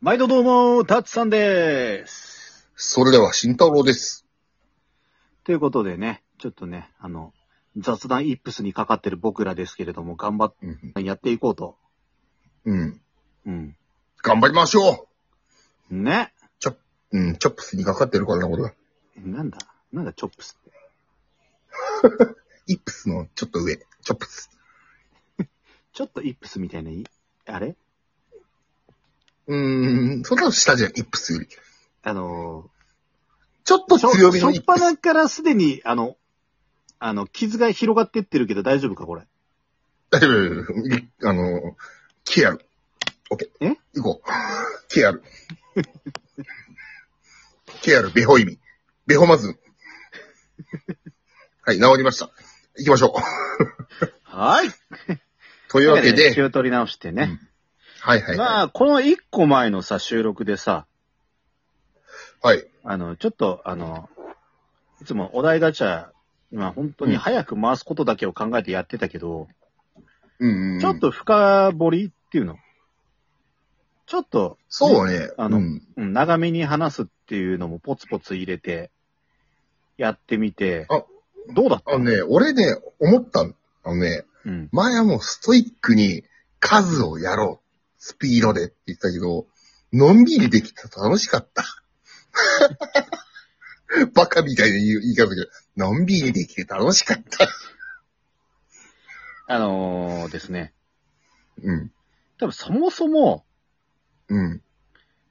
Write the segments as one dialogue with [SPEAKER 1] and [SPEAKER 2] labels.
[SPEAKER 1] 毎度どうも、タッツさんです。
[SPEAKER 2] それでは、慎太郎です。
[SPEAKER 1] ということでね、ちょっとね、あの、雑談イップスにかかってる僕らですけれども、頑張っ
[SPEAKER 2] うん。
[SPEAKER 1] てやっていこうと。
[SPEAKER 2] うん。
[SPEAKER 1] うん。
[SPEAKER 2] 頑張りましょ
[SPEAKER 1] ね。
[SPEAKER 2] ううん、チョップスにかかってるからな、これは。
[SPEAKER 1] なんだ、なんだ、チョップスって。
[SPEAKER 2] イップスのちょっと上。チョップス。
[SPEAKER 1] ちょっとイップスみたいな、いあれ
[SPEAKER 2] うーん、その下じゃん、イップスより。
[SPEAKER 1] あの
[SPEAKER 2] ちょっと
[SPEAKER 1] ー、しょ
[SPEAKER 2] 強めの
[SPEAKER 1] し
[SPEAKER 2] イ
[SPEAKER 1] ょっ
[SPEAKER 2] ップ
[SPEAKER 1] ぱ
[SPEAKER 2] ス。
[SPEAKER 1] なからすでに、あの、あの、傷が広がってってるけど大丈夫か、これ。
[SPEAKER 2] 大丈夫大丈夫いあの、ケアル。オッケー。
[SPEAKER 1] え
[SPEAKER 2] 行こう。ケアル。 ケアル、ベホイミ。ベホマズン。 はい、治りました。行きましょう。
[SPEAKER 1] はい。と
[SPEAKER 2] とい
[SPEAKER 1] いうう
[SPEAKER 2] わ
[SPEAKER 1] わけ
[SPEAKER 2] け
[SPEAKER 1] で、
[SPEAKER 2] で、
[SPEAKER 1] 気を取り直してね。
[SPEAKER 2] はいはい
[SPEAKER 1] ま
[SPEAKER 2] は
[SPEAKER 1] あ、この一個前のさ、収録でさ、
[SPEAKER 2] い。はい。
[SPEAKER 1] あの、ちょっと、あの、いつもお題ガチャ、まあ本当に早く回すことだけを考えてやってたけど、
[SPEAKER 2] うんうん。
[SPEAKER 1] ちょっ、と深掘りっていうの。ちょっと、
[SPEAKER 2] そうね。
[SPEAKER 1] あの
[SPEAKER 2] うん
[SPEAKER 1] うん長めに話すっていうのもポツポツ入れて、やってみて、
[SPEAKER 2] あ
[SPEAKER 1] どうだっ
[SPEAKER 2] あ
[SPEAKER 1] た
[SPEAKER 2] のね、俺ね、思ったの。あのね、
[SPEAKER 1] うん。
[SPEAKER 2] 前はもうストイックに数をやろう。スピードでって言ってたけど、のんびりできた楽しかった。 バカみたいな言う言い方だけど、のんびりできて楽しかった。
[SPEAKER 1] あのーですね、
[SPEAKER 2] うん、
[SPEAKER 1] 多分そもそも、
[SPEAKER 2] うん、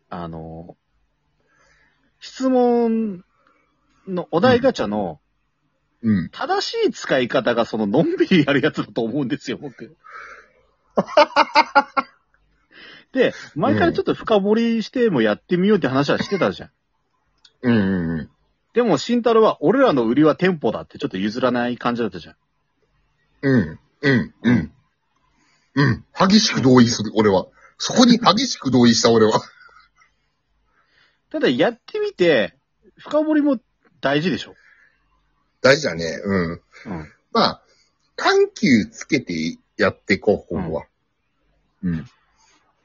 [SPEAKER 1] あのー質問のお題ガチャの
[SPEAKER 2] うん。
[SPEAKER 1] 正しい使い方がそののんびりやるやつだと思うんですよ、僕。 で、前からちょっと深掘りしてもやってみようって話はしてたじゃん。
[SPEAKER 2] うん、うんうん。
[SPEAKER 1] でも、慎太郎は俺らの売りは店舗だってちょっと譲らない感じだったじゃん。
[SPEAKER 2] うん、うん、うん。うん、激しく同意する、俺は。そこに激しく同意した俺は。
[SPEAKER 1] ただやってみて、深掘りも大事でしょ。
[SPEAKER 2] 大事だね、うん。
[SPEAKER 1] うん。
[SPEAKER 2] まあ、緩急つけてやっていこう、今後は。うん。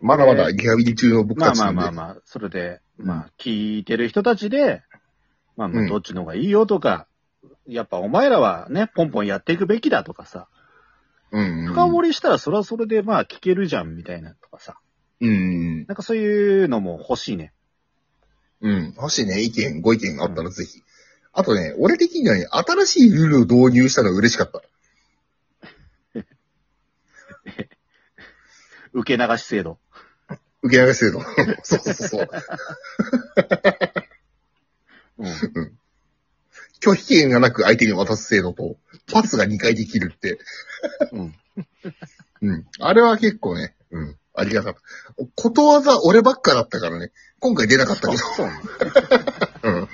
[SPEAKER 2] まだまだリハビリ中の僕
[SPEAKER 1] まあ
[SPEAKER 2] たち
[SPEAKER 1] ま
[SPEAKER 2] な
[SPEAKER 1] あ
[SPEAKER 2] んで。
[SPEAKER 1] まあまあ、それで、まあ、聞いてる人たちで、まあま
[SPEAKER 2] う
[SPEAKER 1] あ、
[SPEAKER 2] ん
[SPEAKER 1] どっちの方がいいよとか、やっぱお前らはね、ポンポンやっていくべきだとかさ、
[SPEAKER 2] うん、うん。
[SPEAKER 1] 深掘りしたらそれはそれでまあ聞けるじゃんみたいなとかさ。
[SPEAKER 2] うん。
[SPEAKER 1] なんかそういうのも欲しいね。
[SPEAKER 2] うん。もしね、意見、ご意見があったらぜひ。あとね、俺的にはね、新しいルールを導入したのが嬉しかった。
[SPEAKER 1] 受け流し制度。
[SPEAKER 2] 受け流 し制度。そうそうそう。
[SPEAKER 1] うん。
[SPEAKER 2] 拒否権がなく相手に渡す制度と、パスが2回できるって。
[SPEAKER 1] うん。
[SPEAKER 2] うん。あれは結構ね、うん。ありがたかった。ことわざ俺ばっかだったからね、今回出なかっ
[SPEAKER 1] そ
[SPEAKER 2] たけ
[SPEAKER 1] う
[SPEAKER 2] ど。
[SPEAKER 1] そうね。
[SPEAKER 2] うん。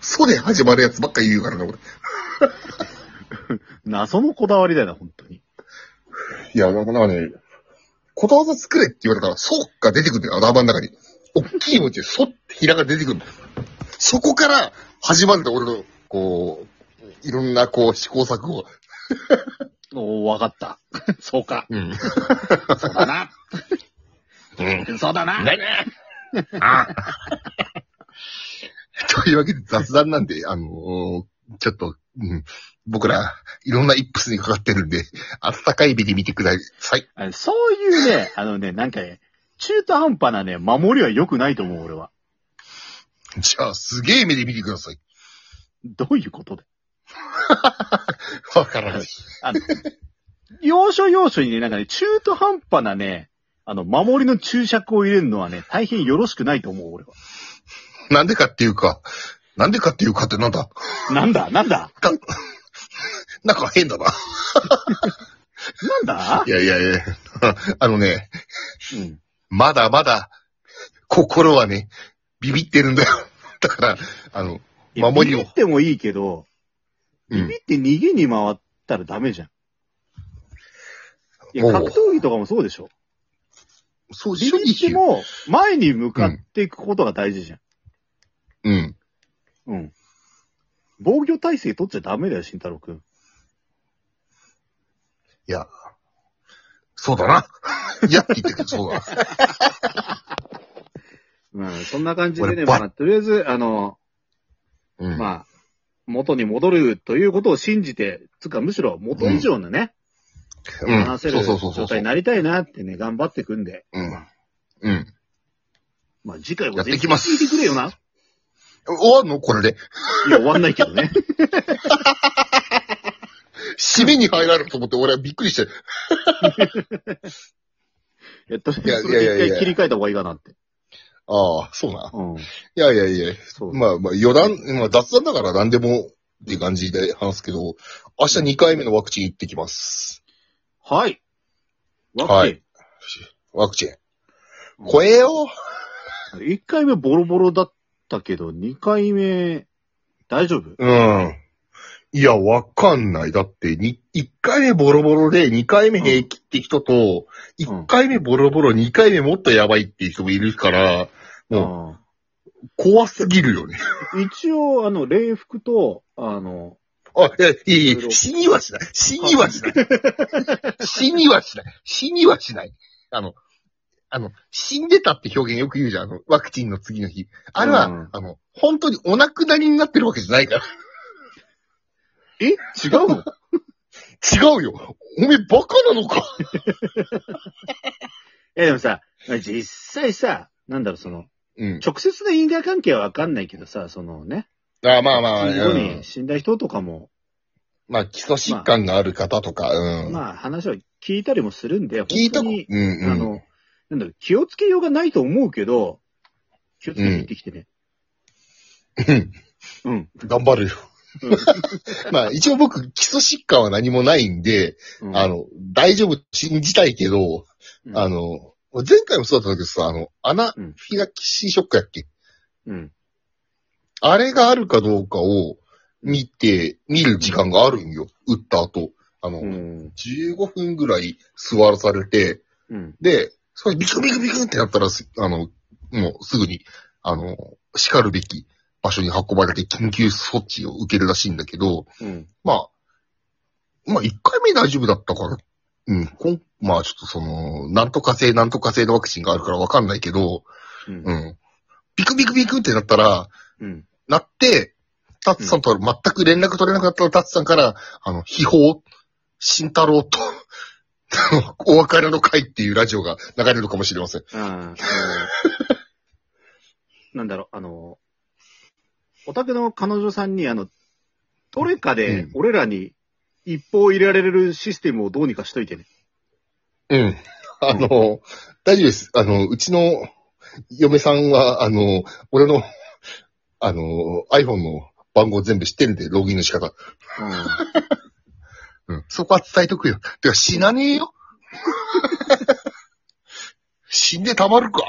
[SPEAKER 2] そで始まるやつばっかり言うからね、俺。
[SPEAKER 1] 謎のこだわりだよな、本当に。
[SPEAKER 2] いや、なんかね、ことわざ作れって言われたら、そっが出てくるんだよ、頭の中に。おっきい文字で、そってひらが出てくるんだよ。そこから始まるんだよ、俺の、こう、いろんな、こう、試行錯誤。
[SPEAKER 1] おー、わかった。 そうか。
[SPEAKER 2] うん。
[SPEAKER 1] そうだな。
[SPEAKER 2] うん。
[SPEAKER 1] そうだな。
[SPEAKER 2] ねあ というわけで雑談なんで、あのーちょっと、うん、僕ら、いろんなイップスにかかってるんで、あったかい目で見てください。
[SPEAKER 1] あのそういうね、あのね、なんかね、中途半端なね、守りは良くないと思う、俺は。
[SPEAKER 2] じゃあ、すげえ目で見てください。
[SPEAKER 1] どういうことで
[SPEAKER 2] わからない。
[SPEAKER 1] あ の、要所要所にね、なんかね、中途半端なね、あの、守りの注釈を入れるのはね、大変よろしくないと思う、俺は。
[SPEAKER 2] なんでかっていうか、なんでかっていうかってなんだ
[SPEAKER 1] なんだなんだ
[SPEAKER 2] なんか変だな。
[SPEAKER 1] なんだ
[SPEAKER 2] いやいやいや、あのね、
[SPEAKER 1] うん。
[SPEAKER 2] まだまだ、心はね、ビビってるんだよ。 だから、あの、
[SPEAKER 1] いや
[SPEAKER 2] 守りを
[SPEAKER 1] ビビってもいいけど、
[SPEAKER 2] う
[SPEAKER 1] ビ
[SPEAKER 2] ん
[SPEAKER 1] ビって逃げに回ったらダメじゃん。い
[SPEAKER 2] お
[SPEAKER 1] や、
[SPEAKER 2] う
[SPEAKER 1] 格闘技とかもそうでしょ。
[SPEAKER 2] そう、
[SPEAKER 1] ビ
[SPEAKER 2] 処
[SPEAKER 1] ビ
[SPEAKER 2] 理
[SPEAKER 1] って
[SPEAKER 2] し
[SPEAKER 1] も、前に向かっていくことが大事じゃん。
[SPEAKER 2] うん。
[SPEAKER 1] うん。防御体制取っちゃダメだよ、慎太郎くん。
[SPEAKER 2] いや、 そうだな。いやって言ってるけど、そうだな。
[SPEAKER 1] はい。そんな感じでね、
[SPEAKER 2] 俺ば
[SPEAKER 1] まあ、とりあえず、あの、
[SPEAKER 2] うん。
[SPEAKER 1] まあ、元に戻るということを信じて、つうか、むしろ元以上のね、
[SPEAKER 2] うん。
[SPEAKER 1] 話せ
[SPEAKER 2] そ
[SPEAKER 1] る
[SPEAKER 2] うそうそうそ
[SPEAKER 1] 状
[SPEAKER 2] う。
[SPEAKER 1] 態になりたいなってね、頑張っていくんで。
[SPEAKER 2] うん
[SPEAKER 1] まあ、
[SPEAKER 2] うん。
[SPEAKER 1] まあ、次回
[SPEAKER 2] や
[SPEAKER 1] は
[SPEAKER 2] っていきます
[SPEAKER 1] 聞いてくれよな。
[SPEAKER 2] 終わんのこれで。
[SPEAKER 1] いや、終わんないけどね。
[SPEAKER 2] 締めに入られると思って俺はびっくりして。
[SPEAKER 1] えっと、そ
[SPEAKER 2] いやいやいやいや
[SPEAKER 1] れ一回切り替えた方がいいかなって。
[SPEAKER 2] ああ、そうな。
[SPEAKER 1] うん。
[SPEAKER 2] いやいやいや。
[SPEAKER 1] そう。
[SPEAKER 2] まあまあ余談、まあ雑談だから何でもって感じで話すけど、明日2回目のワクチン行ってきます。
[SPEAKER 1] はい。ワクチン。
[SPEAKER 2] はいワクチン。怖えよ。
[SPEAKER 1] 1回目ボロボロだったけど、2回目、大丈夫
[SPEAKER 2] うん。いや、わかんない。だって、に、1回目ボロボロで、2回目平気って人と、
[SPEAKER 1] ん
[SPEAKER 2] 1回目ボロボロ、2回目もっとやばいっていう人もいるから、も
[SPEAKER 1] あ
[SPEAKER 2] う、怖すぎるよね。
[SPEAKER 1] あ一応、あの、礼服と、あの、
[SPEAKER 2] あ、いや、いやい
[SPEAKER 1] いろい
[SPEAKER 2] や、
[SPEAKER 1] ろ
[SPEAKER 2] 死にはしない。死にはしない。死にはしない。死にはしない。あの、あの、死んでたって表現よく言うじゃん。あの、ワクチンの次の日。あれは、
[SPEAKER 1] うん
[SPEAKER 2] あの、本当にお亡くなりになってるわけじゃないから。
[SPEAKER 1] え違うの
[SPEAKER 2] 違うよ。おめえバカなのか。
[SPEAKER 1] え、でもさ、実際さ、なんだろう、その、
[SPEAKER 2] うん。
[SPEAKER 1] 直接の因果関係はわかんないけどさ、そのね、
[SPEAKER 2] あまあまあ、
[SPEAKER 1] 死後
[SPEAKER 2] うん
[SPEAKER 1] に死んだ人とかも、
[SPEAKER 2] まあ、基礎疾患がある方とか、うん。
[SPEAKER 1] まあ話を聞いたりもするんで、本当
[SPEAKER 2] 聞いたこ、う
[SPEAKER 1] に
[SPEAKER 2] ん、うん。
[SPEAKER 1] あの、なんだろう、気をつけようがないと思うけど、気をつけて生きてきてね。
[SPEAKER 2] うん
[SPEAKER 1] うん。
[SPEAKER 2] 頑張るよ。 まあ、一応僕、基礎疾患は何もないんで、
[SPEAKER 1] うん
[SPEAKER 2] あ、の、大丈夫、信じたいけど、
[SPEAKER 1] うん
[SPEAKER 2] あ、の、前回もそうだったけどさ、あの、アナフ
[SPEAKER 1] うん
[SPEAKER 2] ィラキシーショックやっけ
[SPEAKER 1] うん。
[SPEAKER 2] あれがあるかどうかを見て、見る時間があるんよ。打った後。あの、
[SPEAKER 1] うん。
[SPEAKER 2] 15分ぐらい座らされて、
[SPEAKER 1] うん。
[SPEAKER 2] で、それビクビクビクってなったらす、あの、もうすぐに、あの、叱るべき場所に運ばれて緊急措置を受けるらしいんだけど、
[SPEAKER 1] うん。
[SPEAKER 2] まあ、まあ一回目大丈夫だったから、うん、こんまあちょっとその、なんとか性なんとか性のワクチンがあるからわかんないけど、
[SPEAKER 1] うん
[SPEAKER 2] うん、ビクビクビクってなったら、
[SPEAKER 1] うん。
[SPEAKER 2] なって、タツさんとは全く連絡取れなかったタツさんから、あの、秘宝、慎太郎と、 あのお別れの会っていうラジオが流れるかもしれません。
[SPEAKER 1] ああ、の、なんだろう、あの、お宅の彼女さんに、あの、どれかで
[SPEAKER 2] うん、
[SPEAKER 1] 俺らに一報入れられるシステムをどうにかしといてね。
[SPEAKER 2] うん。あの、大丈夫です。あの、うちの嫁さんは、あの、俺の、あの、iPhone の番号全部知ってるんで、ログインの仕方。うん。そこは伝えとくよ。てか、死なねえよ。 死んでたまるか。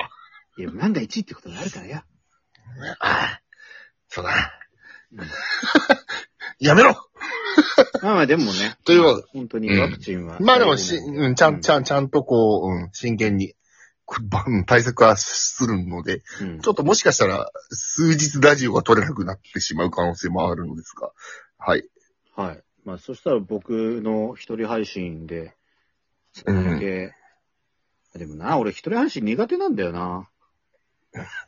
[SPEAKER 1] うん。いや、万が一ってことがあるからや。
[SPEAKER 2] ああ、そうだ
[SPEAKER 1] うん。
[SPEAKER 2] やめろ
[SPEAKER 1] まあまあ、でもね。
[SPEAKER 2] というわ
[SPEAKER 1] 本当に
[SPEAKER 2] うん
[SPEAKER 1] ワクチンは。
[SPEAKER 2] まあでもし、うん、ちゃん、ちゃん、ちゃんとこう、うん、真剣に、こうん対策はするので、
[SPEAKER 1] うん。
[SPEAKER 2] ちょっともしかしたら、数日ラジオが取れなくなってしまう可能性もあるのですが、はい。
[SPEAKER 1] はい。まあ、そしたら僕の一人配信で、それだけ、でもな、俺一人配信苦手なんだよな。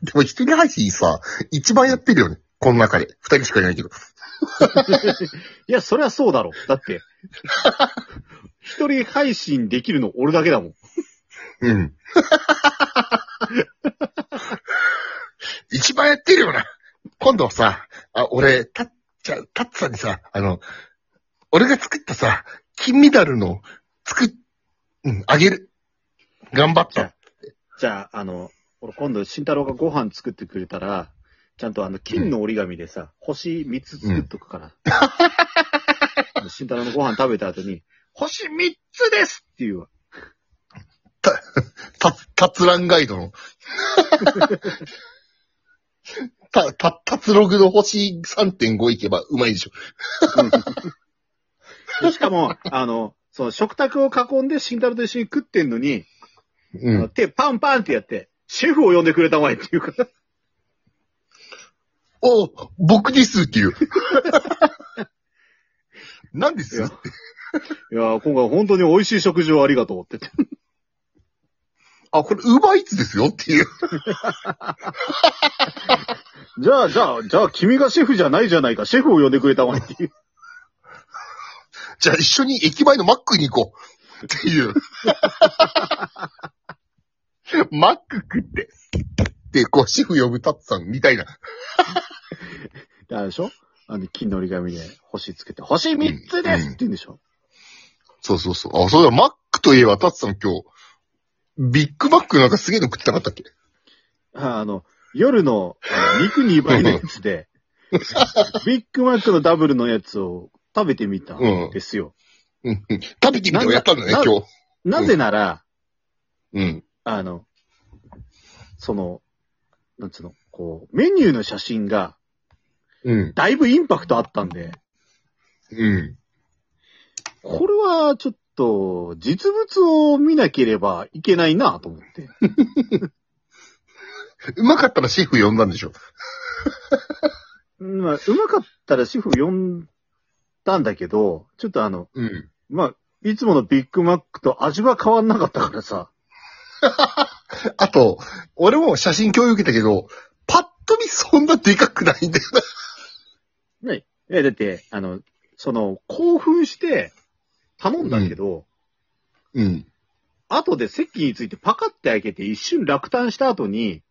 [SPEAKER 2] でも一人配信さ、一番やってるよね。この中で。二人しかいないけど。
[SPEAKER 1] いや、そりゃそうだろ。だって、一人配信できるの俺だけだもん。
[SPEAKER 2] うん。 一番やってるよな。今度はさ、あ、俺、たっちゃ、たっつさんにさ、あの、俺が作ったさ、金メダルの、作っ、うん、あげる。頑張っ
[SPEAKER 1] じゃ
[SPEAKER 2] た
[SPEAKER 1] あ。じゃあ、あの、俺今度、慎太郎がご飯作ってくれたら、ちゃんとあの、金の折り紙でさ、星3つ作っとくから。慎太郎のご飯食べた後に、星3つですっていうわ。
[SPEAKER 2] た、たつらんガイドの。 た、た、たつログの星3.5いけばうまいでしょ。
[SPEAKER 1] でしかも、あの、その食卓を囲んで慎太郎と一緒に食ってんのに、
[SPEAKER 2] う
[SPEAKER 1] あの。手パンパンってやって、シェフを呼んでくれたまえっていうから。
[SPEAKER 2] お、僕ですっていう。 何です
[SPEAKER 1] いやー、今回本当に美味しい食事をありがとうって言って。
[SPEAKER 2] あ、これ、ウーバーイーツですよっていう。
[SPEAKER 1] じゃあ、じゃあ、じゃあ、君がシェフじゃないじゃないか。シェフを呼んでくれたまえっていう。
[SPEAKER 2] じゃあ一緒に駅前のマックに行こう。 っていう。マック食って。で、こう、シェフ呼ぶタッツさんみたいな。
[SPEAKER 1] であれでしょあの、金の折り紙で星つけて、星3つですって言うんでしょ、
[SPEAKER 2] そうそうそう。あ、そうだ、マックといえばタッツさん今日、ビッグマックなんかすげえの食ってなかったっけ
[SPEAKER 1] ああの、夜のあの肉2倍のやつ で、ビッグマックのダブルのやつを食べてみたん
[SPEAKER 2] うん
[SPEAKER 1] ですよ。
[SPEAKER 2] うんうん。食べてみてもやったんだね、
[SPEAKER 1] なんだ
[SPEAKER 2] 今日。
[SPEAKER 1] なぜなら、
[SPEAKER 2] うん。
[SPEAKER 1] あの、その、なんつうの、こう、メニューの写真が、
[SPEAKER 2] うん。
[SPEAKER 1] だいぶインパクトあったんで、
[SPEAKER 2] うん。
[SPEAKER 1] これはちょっと、実物を見なければいけないなと思って。
[SPEAKER 2] うまかったらシェフ呼んだんでしょ。
[SPEAKER 1] まあ、うまかったら主婦呼んだんだけど、ちょっとあの、
[SPEAKER 2] うん。
[SPEAKER 1] まあ、いつものビッグマックと味は変わんなかったからさ、
[SPEAKER 2] あと、俺も写真共有受けたけど、パッと見そんなでかくないんだよな。
[SPEAKER 1] いや、だって、あの、その、興奮して頼んだけど、
[SPEAKER 2] うん。
[SPEAKER 1] 後で席についてパカって開けて一瞬落胆した後に、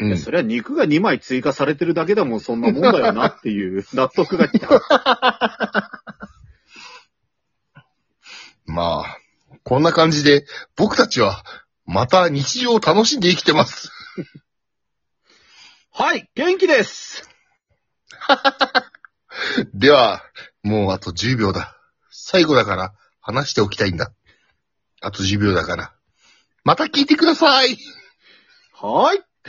[SPEAKER 2] う
[SPEAKER 1] いや
[SPEAKER 2] ん。
[SPEAKER 1] それは肉が2枚追加されてるだけだもん、そんなもんだよなっていう納得がきた。
[SPEAKER 2] まあ、こんな感じで、僕たちは、また日常を楽しんで生きてます。
[SPEAKER 1] はい、元気です
[SPEAKER 2] では、もうあと10秒だ。最後だから、話しておきたいんだ。あと10秒だから。また聞いてください
[SPEAKER 1] はい